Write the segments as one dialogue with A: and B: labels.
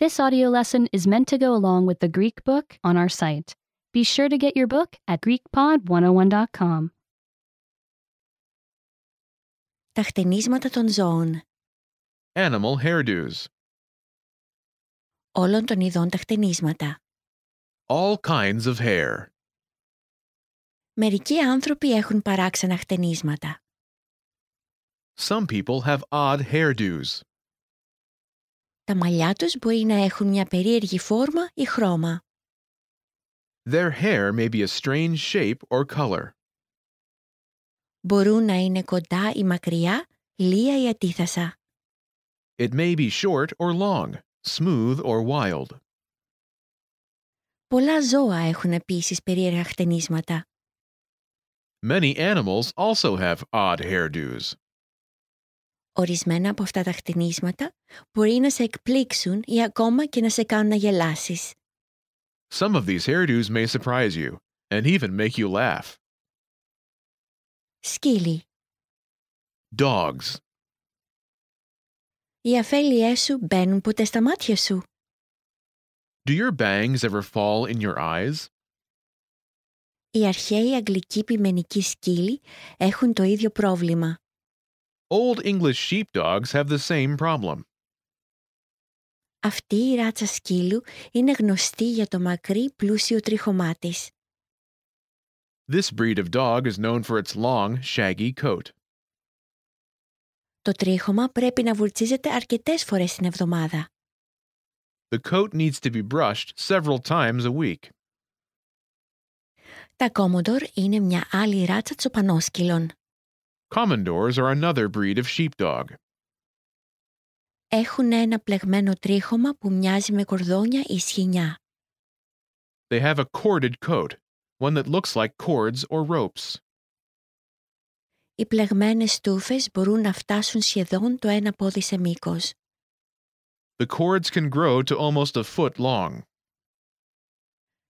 A: This audio lesson is meant to go along with the Greek book on our site. Be sure to get your book at GreekPod101.com.
B: Τα χτενίσματα των ζώων.
C: Animal hairdos.
B: Όλων των ειδών τα χτενίσματα.
C: All kinds of hair.
B: Μερικοί άνθρωποι έχουν παράξενα χτενίσματα.
C: Some people have odd hairdos.
B: Τα μαλλιά τους μπορεί να έχουν μια περίεργη φόρμα ή χρώμα.
C: Their hair may be a strange shape or color.
B: Μπορούν να είναι κοντά ή μακριά, λία ή αντίθασα.
C: It may be short or long, smooth or wild.
B: Πολλά ζώα έχουν επίσης περίεργα χτενίσματα.
C: Many animals also have odd hairdos.
B: Ορισμένα από αυτά τα χτενίσματα μπορεί να σε εκπλήξουν ή ακόμα και να σε κάνουν να γελάσεις.
C: Some of these hairdos may surprise you and even make you laugh.
B: Σκύλοι.
C: Dogs.
B: Οι αφέλειές σου μπαίνουν ποτέ στα μάτια σου.
C: Do your bangs ever fall in your eyes?
B: Οι αρχαίοι αγγλικοί ποιμενικοί σκύλοι έχουν το ίδιο πρόβλημα.
C: Old English sheepdogs have the same problem.
B: Αυτή η ράτσα σκύλου είναι γνωστή για το μακρύ πλούσιο τρίχωμά της.
C: This breed of dog is known for its long, shaggy coat.
B: Το τρίχωμα πρέπει να βουρτσίζεται αρκετές φορές την εβδομάδα.
C: The coat needs to be brushed several times a week.
B: Τα Commodore είναι μια άλλη ράτσα τσοπανόσκυλων.
C: Commodores are another breed of sheepdog.
B: Έχουν ένα πλεγμένο τρίχωμα που μοιάζει με κορδόνια ή σχοινιά.
C: They have a corded coat, one that looks like cords or ropes.
B: Οι πλεγμένες στούφες μπορούν να φτάσουν σχεδόν το ένα πόδι σε μήκος.
C: The cords can grow to almost a foot long.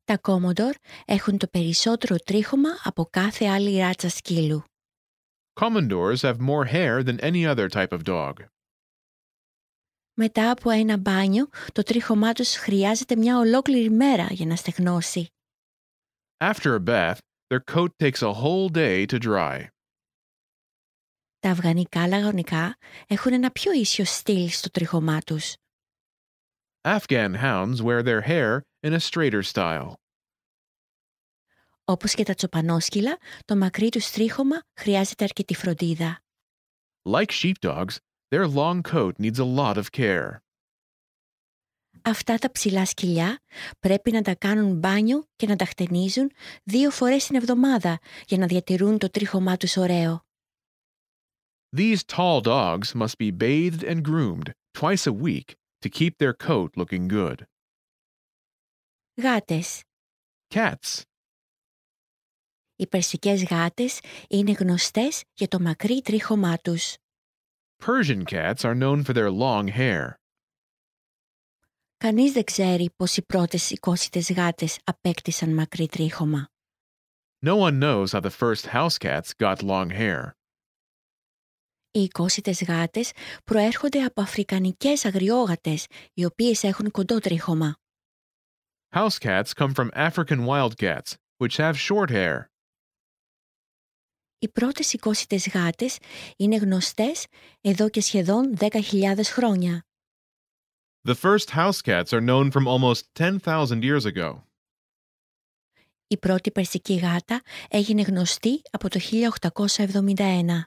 B: Τα Commodore έχουν το περισσότερο τρίχωμα από κάθε άλλη ράτσα σκύλου.
C: Commodores have more hair than any other type of dog.
B: Μετά από ένα μπάνιο, το τρίχωμά τους χρειάζεται μια ολόκληρη μέρα για να στεγνώσει.
C: After a bath, their coat takes a whole day to dry.
B: Τα αφγανικά λαγωνικά έχουν ένα πιο ίσιο στυλ στο τρίχωμά τους.
C: Afghan hounds wear their hair in a straighter style.
B: Όπως και τα τσοπανόσκυλα, το μακρύ τους τρίχωμα χρειάζεται αρκετή φροντίδα.
C: Like sheepdogs, their long coat needs a lot of care.
B: Αυτά τα ψηλά σκυλιά πρέπει να τα κάνουν μπάνιο και να τα χτενίζουν δύο φορές την εβδομάδα για να διατηρούν το τρίχωμά τους ωραίο.
C: These tall dogs must be bathed and groomed twice a week to keep their coat looking good.
B: Γάτες.
C: Cats.
B: Οι περσικές γάτες είναι γνωστές για το μακρύ τρίχωμά τους.
C: Persian cats are known for their long hair.
B: Κανείς δεν ξέρει πως οι πρώτες οικόσιτες γάτες απέκτησαν μακρύ τρίχωμα.
C: No one knows how the first house cats got long hair.
B: Οι οικόσιτες γάτες προέρχονται από αφρικανικές αγριόγατες, οι οποίες έχουν κοντό τρίχωμα.
C: House cats come from African wildcats, which have short hair.
B: Οι πρώτες οικόσιτες γάτες είναι γνωστές εδώ και σχεδόν 10.000 χρόνια.
C: The first house cats are known from almost 10,000 years ago.
B: Η πρώτη περσική γάτα έγινε γνωστή από το 1871.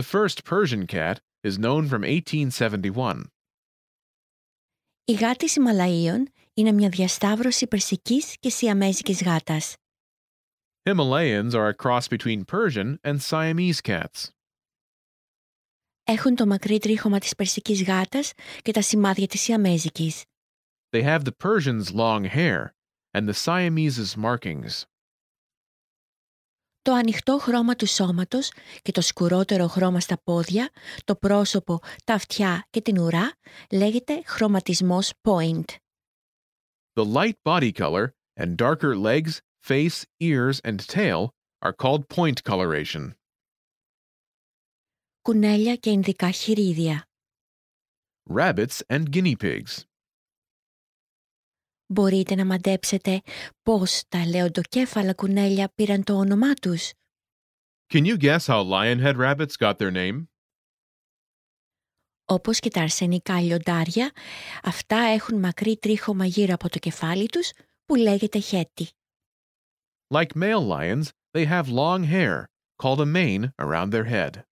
C: The first Persian cat is known from 1871.
B: Η γάτη Ιμαλαίων είναι μια διασταύρωση περσικής και σιαμέζικης γάτας.
C: Himalayans are a cross between Persian and Siamese cats.
B: Έχουν το μακρύ τρίχωμα της περσικής γάτας και τα σημάδια της σιαμέζικης.
C: They have the Persian's long hair and the Siamese's markings.
B: Το ανοιχτό χρώμα του σώματος και το σκουρότερο χρώμα στα πόδια, το πρόσωπο, τα αυτιά και την ουρά λέγεται χρωματισμός point.
C: The light body color and darker legs, face, ears, and tail are called point coloration.
B: Κουνέλια και ινδικά χειρίδια.
C: Rabbits and guinea pigs.
B: Μπορείτε να μαντέψετε πώς τα λεοντοκέφαλα κουνέλια πήραν το όνομά τους.
C: Can you guess how lionhead rabbits got their name?
B: Όπως και τα αρσενικά λιοντάρια, αυτά έχουν μακρύ τρίχωμα γύρω από το κεφάλι τους που λέγεται χέτι.
C: Like male lions, they have long hair, called a mane, around their head.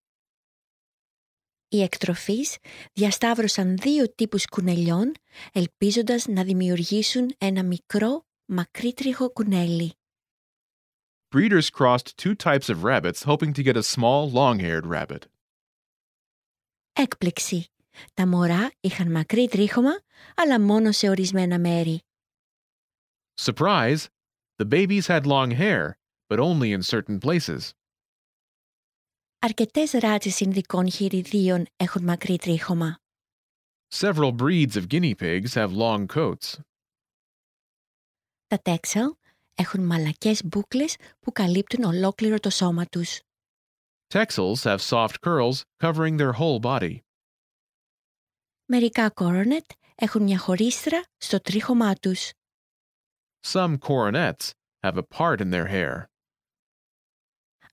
B: Οι εκτροφείς διασταύρωσαν δύο τύπους κουνελιών, ελπίζοντας να δημιουργήσουν ένα μικρό, μακρύ τρίχο κουνέλι.
C: Breeders crossed two types of rabbits hoping to get a small, long haired rabbit.
B: Έκπληξη. Τα μωρά είχαν μακρύ τρίχωμα, αλλά μόνο σε ορισμένα μέρη.
C: Surprise! The babies had long hair, but only in certain places.
B: Αρκετές ράτσες Ινδικών χειριδίων έχουν μακρύ τρίχωμα.
C: Several breeds of guinea pigs have long coats.
B: Τα τέξαλ έχουν μαλακές μπούκλες που καλύπτουν ολόκληρο το σώμα τους.
C: Texels have soft curls covering their whole body.
B: Μερικά κόρονετ έχουν μια χωρίστρα στο τρίχωμά τους.
C: Some coronets have a part in their hair.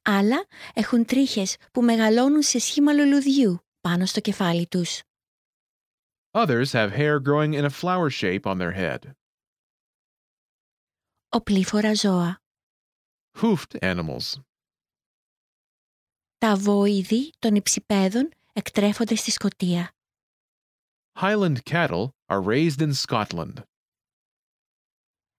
B: Άλλα έχουν τρίχες που μεγαλώνουν σε σχήμα λουλουδιού πάνω στο κεφάλι τους.
C: Others have hair growing in a flower shape on their head.
B: Οπλήφορα ζώα.
C: Hoofed animals.
B: Τα βοηδή των υψηπέδων εκτρέφονται στη σκοτία.
C: Highland cattle are raised in Scotland.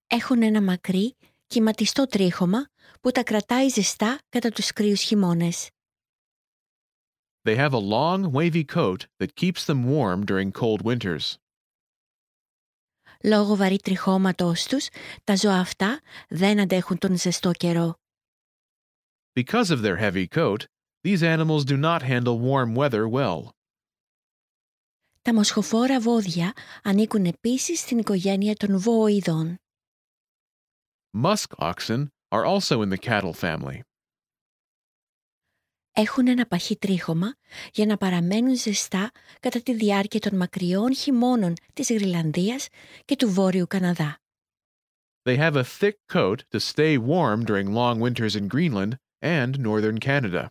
B: Έχουν ένα μακρύ, κυματιστό τρίχωμα που τα κρατάει ζεστά κατά τους κρύους χειμώνες.
C: They have a long, wavy coat that keeps them warm during cold winters.
B: Λόγω βαρύ τριχώματος τους, τα ζώα αυτά δεν αντέχουν τον ζεστό καιρό.
C: Because of their heavy coat, these animals do not handle warm weather well.
B: Τα μοσχοφόρα βόδια ανήκουν επίσης στην οικογένεια των βοηδών.
C: Musk oxen are also in the cattle family.
B: Έχουν ένα παχύ τρίχωμα για να παραμένουν ζεστά κατά τη διάρκεια των μακριών χειμώνων της Γρυλανδίας και του Βόρειου Καναδά.
C: They have a thick coat to stay warm during long winters in Greenland and northern Canada.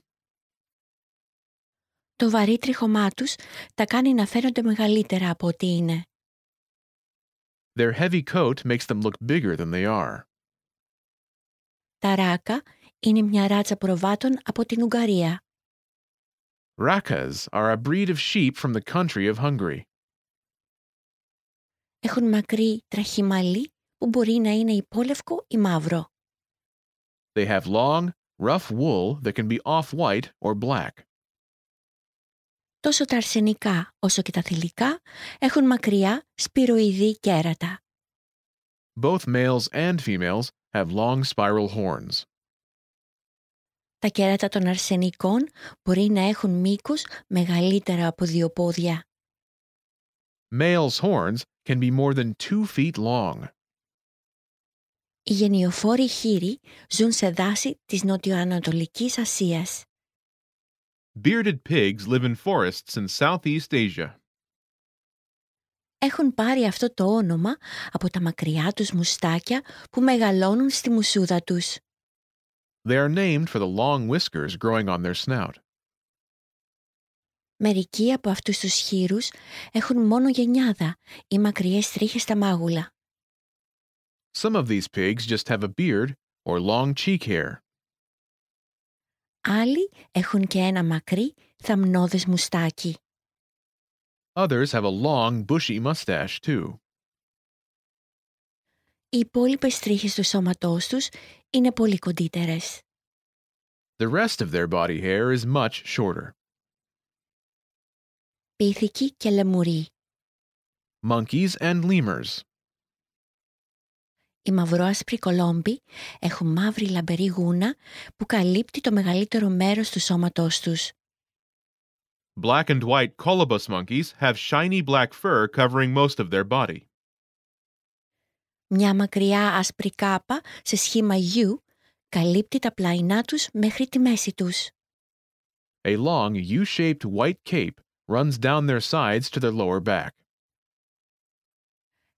B: Το βαρύ τρίχωμά τους τα κάνει να φαίνονται μεγαλύτερα από ό,τι είναι.
C: Their heavy coat makes them look bigger than they are.
B: Τα ράκα είναι μια ράτσα προβάτων από την Ουγγαρία.
C: Rakas are a breed of sheep from the country of Hungary.
B: Έχουν μακρύ τραχυμαλί που μπορεί να είναι υπόλευκο ή μαύρο.
C: They have long, rough wool that can be off white or black.
B: Τόσο τα αρσενικά όσο και τα θηλυκά έχουν μακριά σπυροειδή κέρατα.
C: Both males and females have long spiral horns.
B: Τα κέρατα των αρσενικών μπορεί να έχουν μήκος μεγαλύτερα από δύο πόδια.
C: Males' horns can be more than two feet long.
B: Οι γενιοφόροι χείροι ζουν σε δάση της νοτιοανατολικής Ασίας.
C: Bearded pigs live in forests in Southeast Asia.
B: Έχουν πάρει αυτό το όνομα από τα μακριά τους μουστάκια που μεγαλώνουν στη μουσούδα τους.
C: They are named for the long whiskers growing on their snout.
B: Μερικοί από αυτούς τους χείρους έχουν μόνο γενιάδα ή μακριές τρίχες στα μάγουλα.
C: Some of these pigs just have a beard or long cheek hair.
B: Άλλοι έχουν και ένα μακρύ θαμνώδες μουστάκι.
C: Others have a long, bushy mustache, too.
B: Οι υπόλοιπες τρίχες του σώματός τους είναι πολύ κοντύτερες.
C: The rest of their body hair is much shorter.
B: Πίθηκοι και λεμουροί.
C: Monkeys and lemurs.
B: Οι μαυρόασπροι κολόμποι έχουν μαύρη λαμπερή γούνα που καλύπτει το μεγαλύτερο μέρος του σώματός τους.
C: Black and white colobus monkeys have shiny black fur covering most of their body.
B: Μια μακριά άσπρη κάπα σε σχήμα U καλύπτει τα πλαϊνά τους μέχρι τη μέση τους.
C: A long, U shaped white cape runs down their sides to their lower back.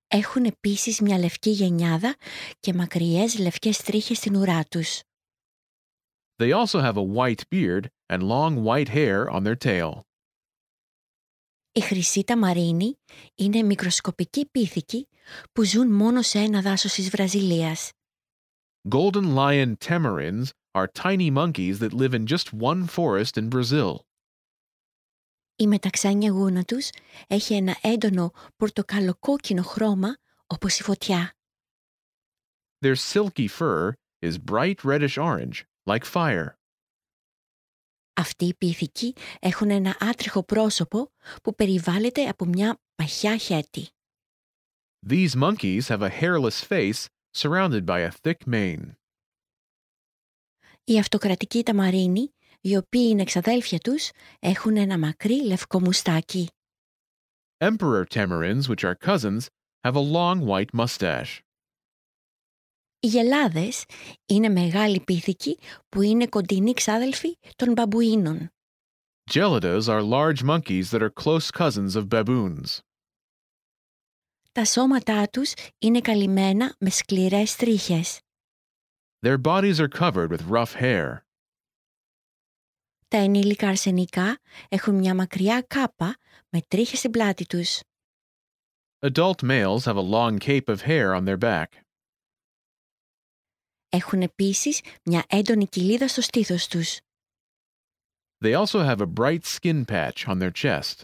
B: Έχουν επίσης μια λευκή γενιάδα και μακριές λευκές τρίχες στην ουρά τους.
C: They also have a white beard and long white hair on their tail.
B: Η χρυσή ταμαρίνη είναι μικροσκοπικοί πίθηκοι που ζουν μόνο σε ένα δάσος της Βραζιλίας.
C: Golden lion tamarins are tiny monkeys that live in just one forest in Brazil.
B: Η μεταξάνια γούνα τους έχει ένα έντονο πορτοκαλοκόκκινο χρώμα όπως η φωτιά.
C: Their silky fur is bright reddish orange, like fire.
B: Αυτοί οι πίθηκοι έχουν ένα άτριχο πρόσωπο που περιβάλλεται από μια παχιά χέτη.
C: These monkeys have a hairless face surrounded by a thick mane.
B: Οι αυτοκρατικοί ταμαρίνοι, οι οποίοι είναι εξαδέλφια τους, έχουν ένα μακρύ λευκό μουστάκι.
C: Emperor tamarins, which are cousins, have a long white mustache.
B: Οι γελάδες είναι μεγάλοι πίθηκοι που είναι κοντινοί ξάδελφοι των μπαμπουίνων.
C: Geladas are large monkeys that are close cousins of baboons.
B: Τα σώματά τους είναι καλυμμένα με σκληρές τρίχες.
C: Their bodies are covered with rough hair.
B: Τα ενήλικα αρσενικά έχουν μια μακριά κάπα με τρίχες στην πλάτη τους.
C: Adult males have a long cape of hair on their back.
B: Έχουν επίσης μια έντονη κοιλίδα στο στήθος τους.
C: They also have a bright skin patch on their chest.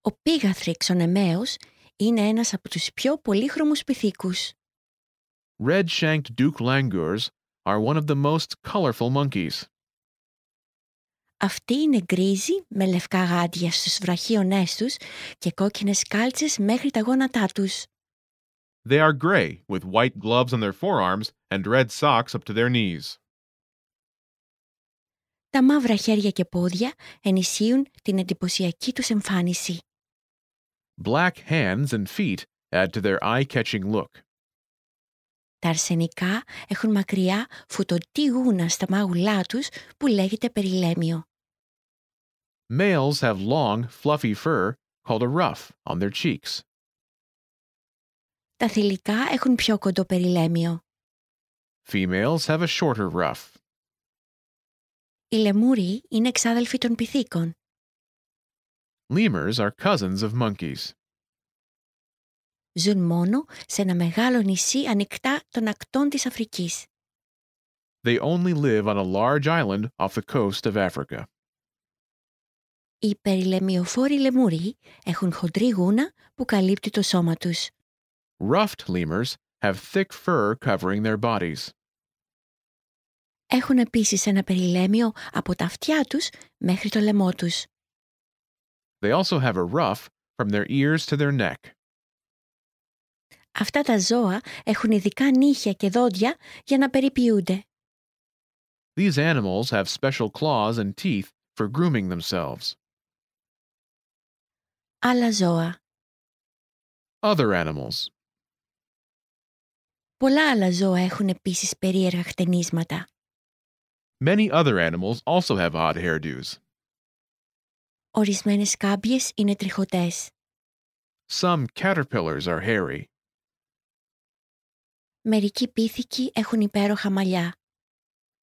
B: Ο πίγαθρη ξονεμαίος είναι ένας από τους πιο πολύχρωμους πυθίκους.
C: Red shanked Duke langurs are one of the most colorful monkeys.
B: Αυτοί είναι γκρίζοι με λευκά γάντια στους βραχίονές τους και κόκκινες κάλτσες μέχρι τα γόνατά τους.
C: They are gray, with white gloves on their forearms and red socks up to their knees.
B: Τα μαύρα χέρια και πόδια ενισχύουν την εντυπωσιακή τους εμφάνιση.
C: Black hands and feet add to their eye catching look.
B: Τα αρσενικά έχουν μακριά φουτωτή γούνα στα μάγουλά τους που λέγεται περιλέμιο.
C: Males have long, fluffy fur called a ruff on their cheeks.
B: Τα θηλυκά έχουν πιο κοντό περιλέμιο.
C: Females have a shorter ruff.
B: Οι λεμούροι είναι εξάδελφοι των πυθίκων.
C: Lemurs are cousins of monkeys.
B: Ζουν μόνο σε ένα μεγάλο νησί ανοιχτά των ακτών της Αφρικής.
C: They only live on a large island off the coast of Africa.
B: Οι περιλεμιοφόροι λεμούροι έχουν χοντρή γούνα που καλύπτει το σώμα τους.
C: Ruffed lemurs have thick fur covering their bodies.
B: Έχουν επίσης ένα περιλέμιο από τα αυτιά τους μέχρι το λαιμό τους.
C: They also have a ruff from their ears to their neck.
B: Αυτά τα ζώα έχουν ειδικά νύχια και δόντια για να περιποιούνται.
C: These animals have special claws and teeth for grooming themselves.
B: Άλλα ζώα.
C: Other animals.
B: Πολλά άλλα ζώα έχουν επίσης περίεργα χτενίσματα.
C: Many other animals also have odd hairdos.
B: Ορισμένες κάμπιες είναι τριχωτές.
C: Some caterpillars are hairy.
B: Μερικοί πίθηκοι έχουν υπέροχα μαλλιά.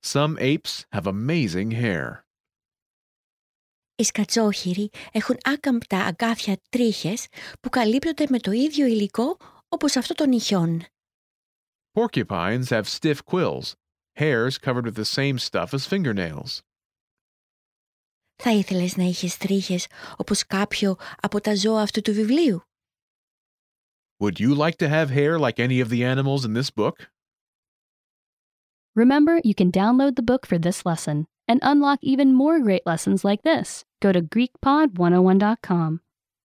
C: Some apes have amazing hair.
B: Οι σκατσόχυροι έχουν άκαμπτα αγκάθια τρίχες που καλύπτονται με το ίδιο υλικό όπως αυτό των νυχιών.
C: Porcupines have stiff quills, hairs covered with the same stuff as fingernails.
B: Θα ήθελες να είχες τρίχες όπως κάποιο από τα ζώα αυτού του βιβλίου.
C: Would you like to have hair like any of the animals in this book?
A: Remember, you can download the book for this oh lesson and unlock even more great lessons like this. Go to GreekPod101.com.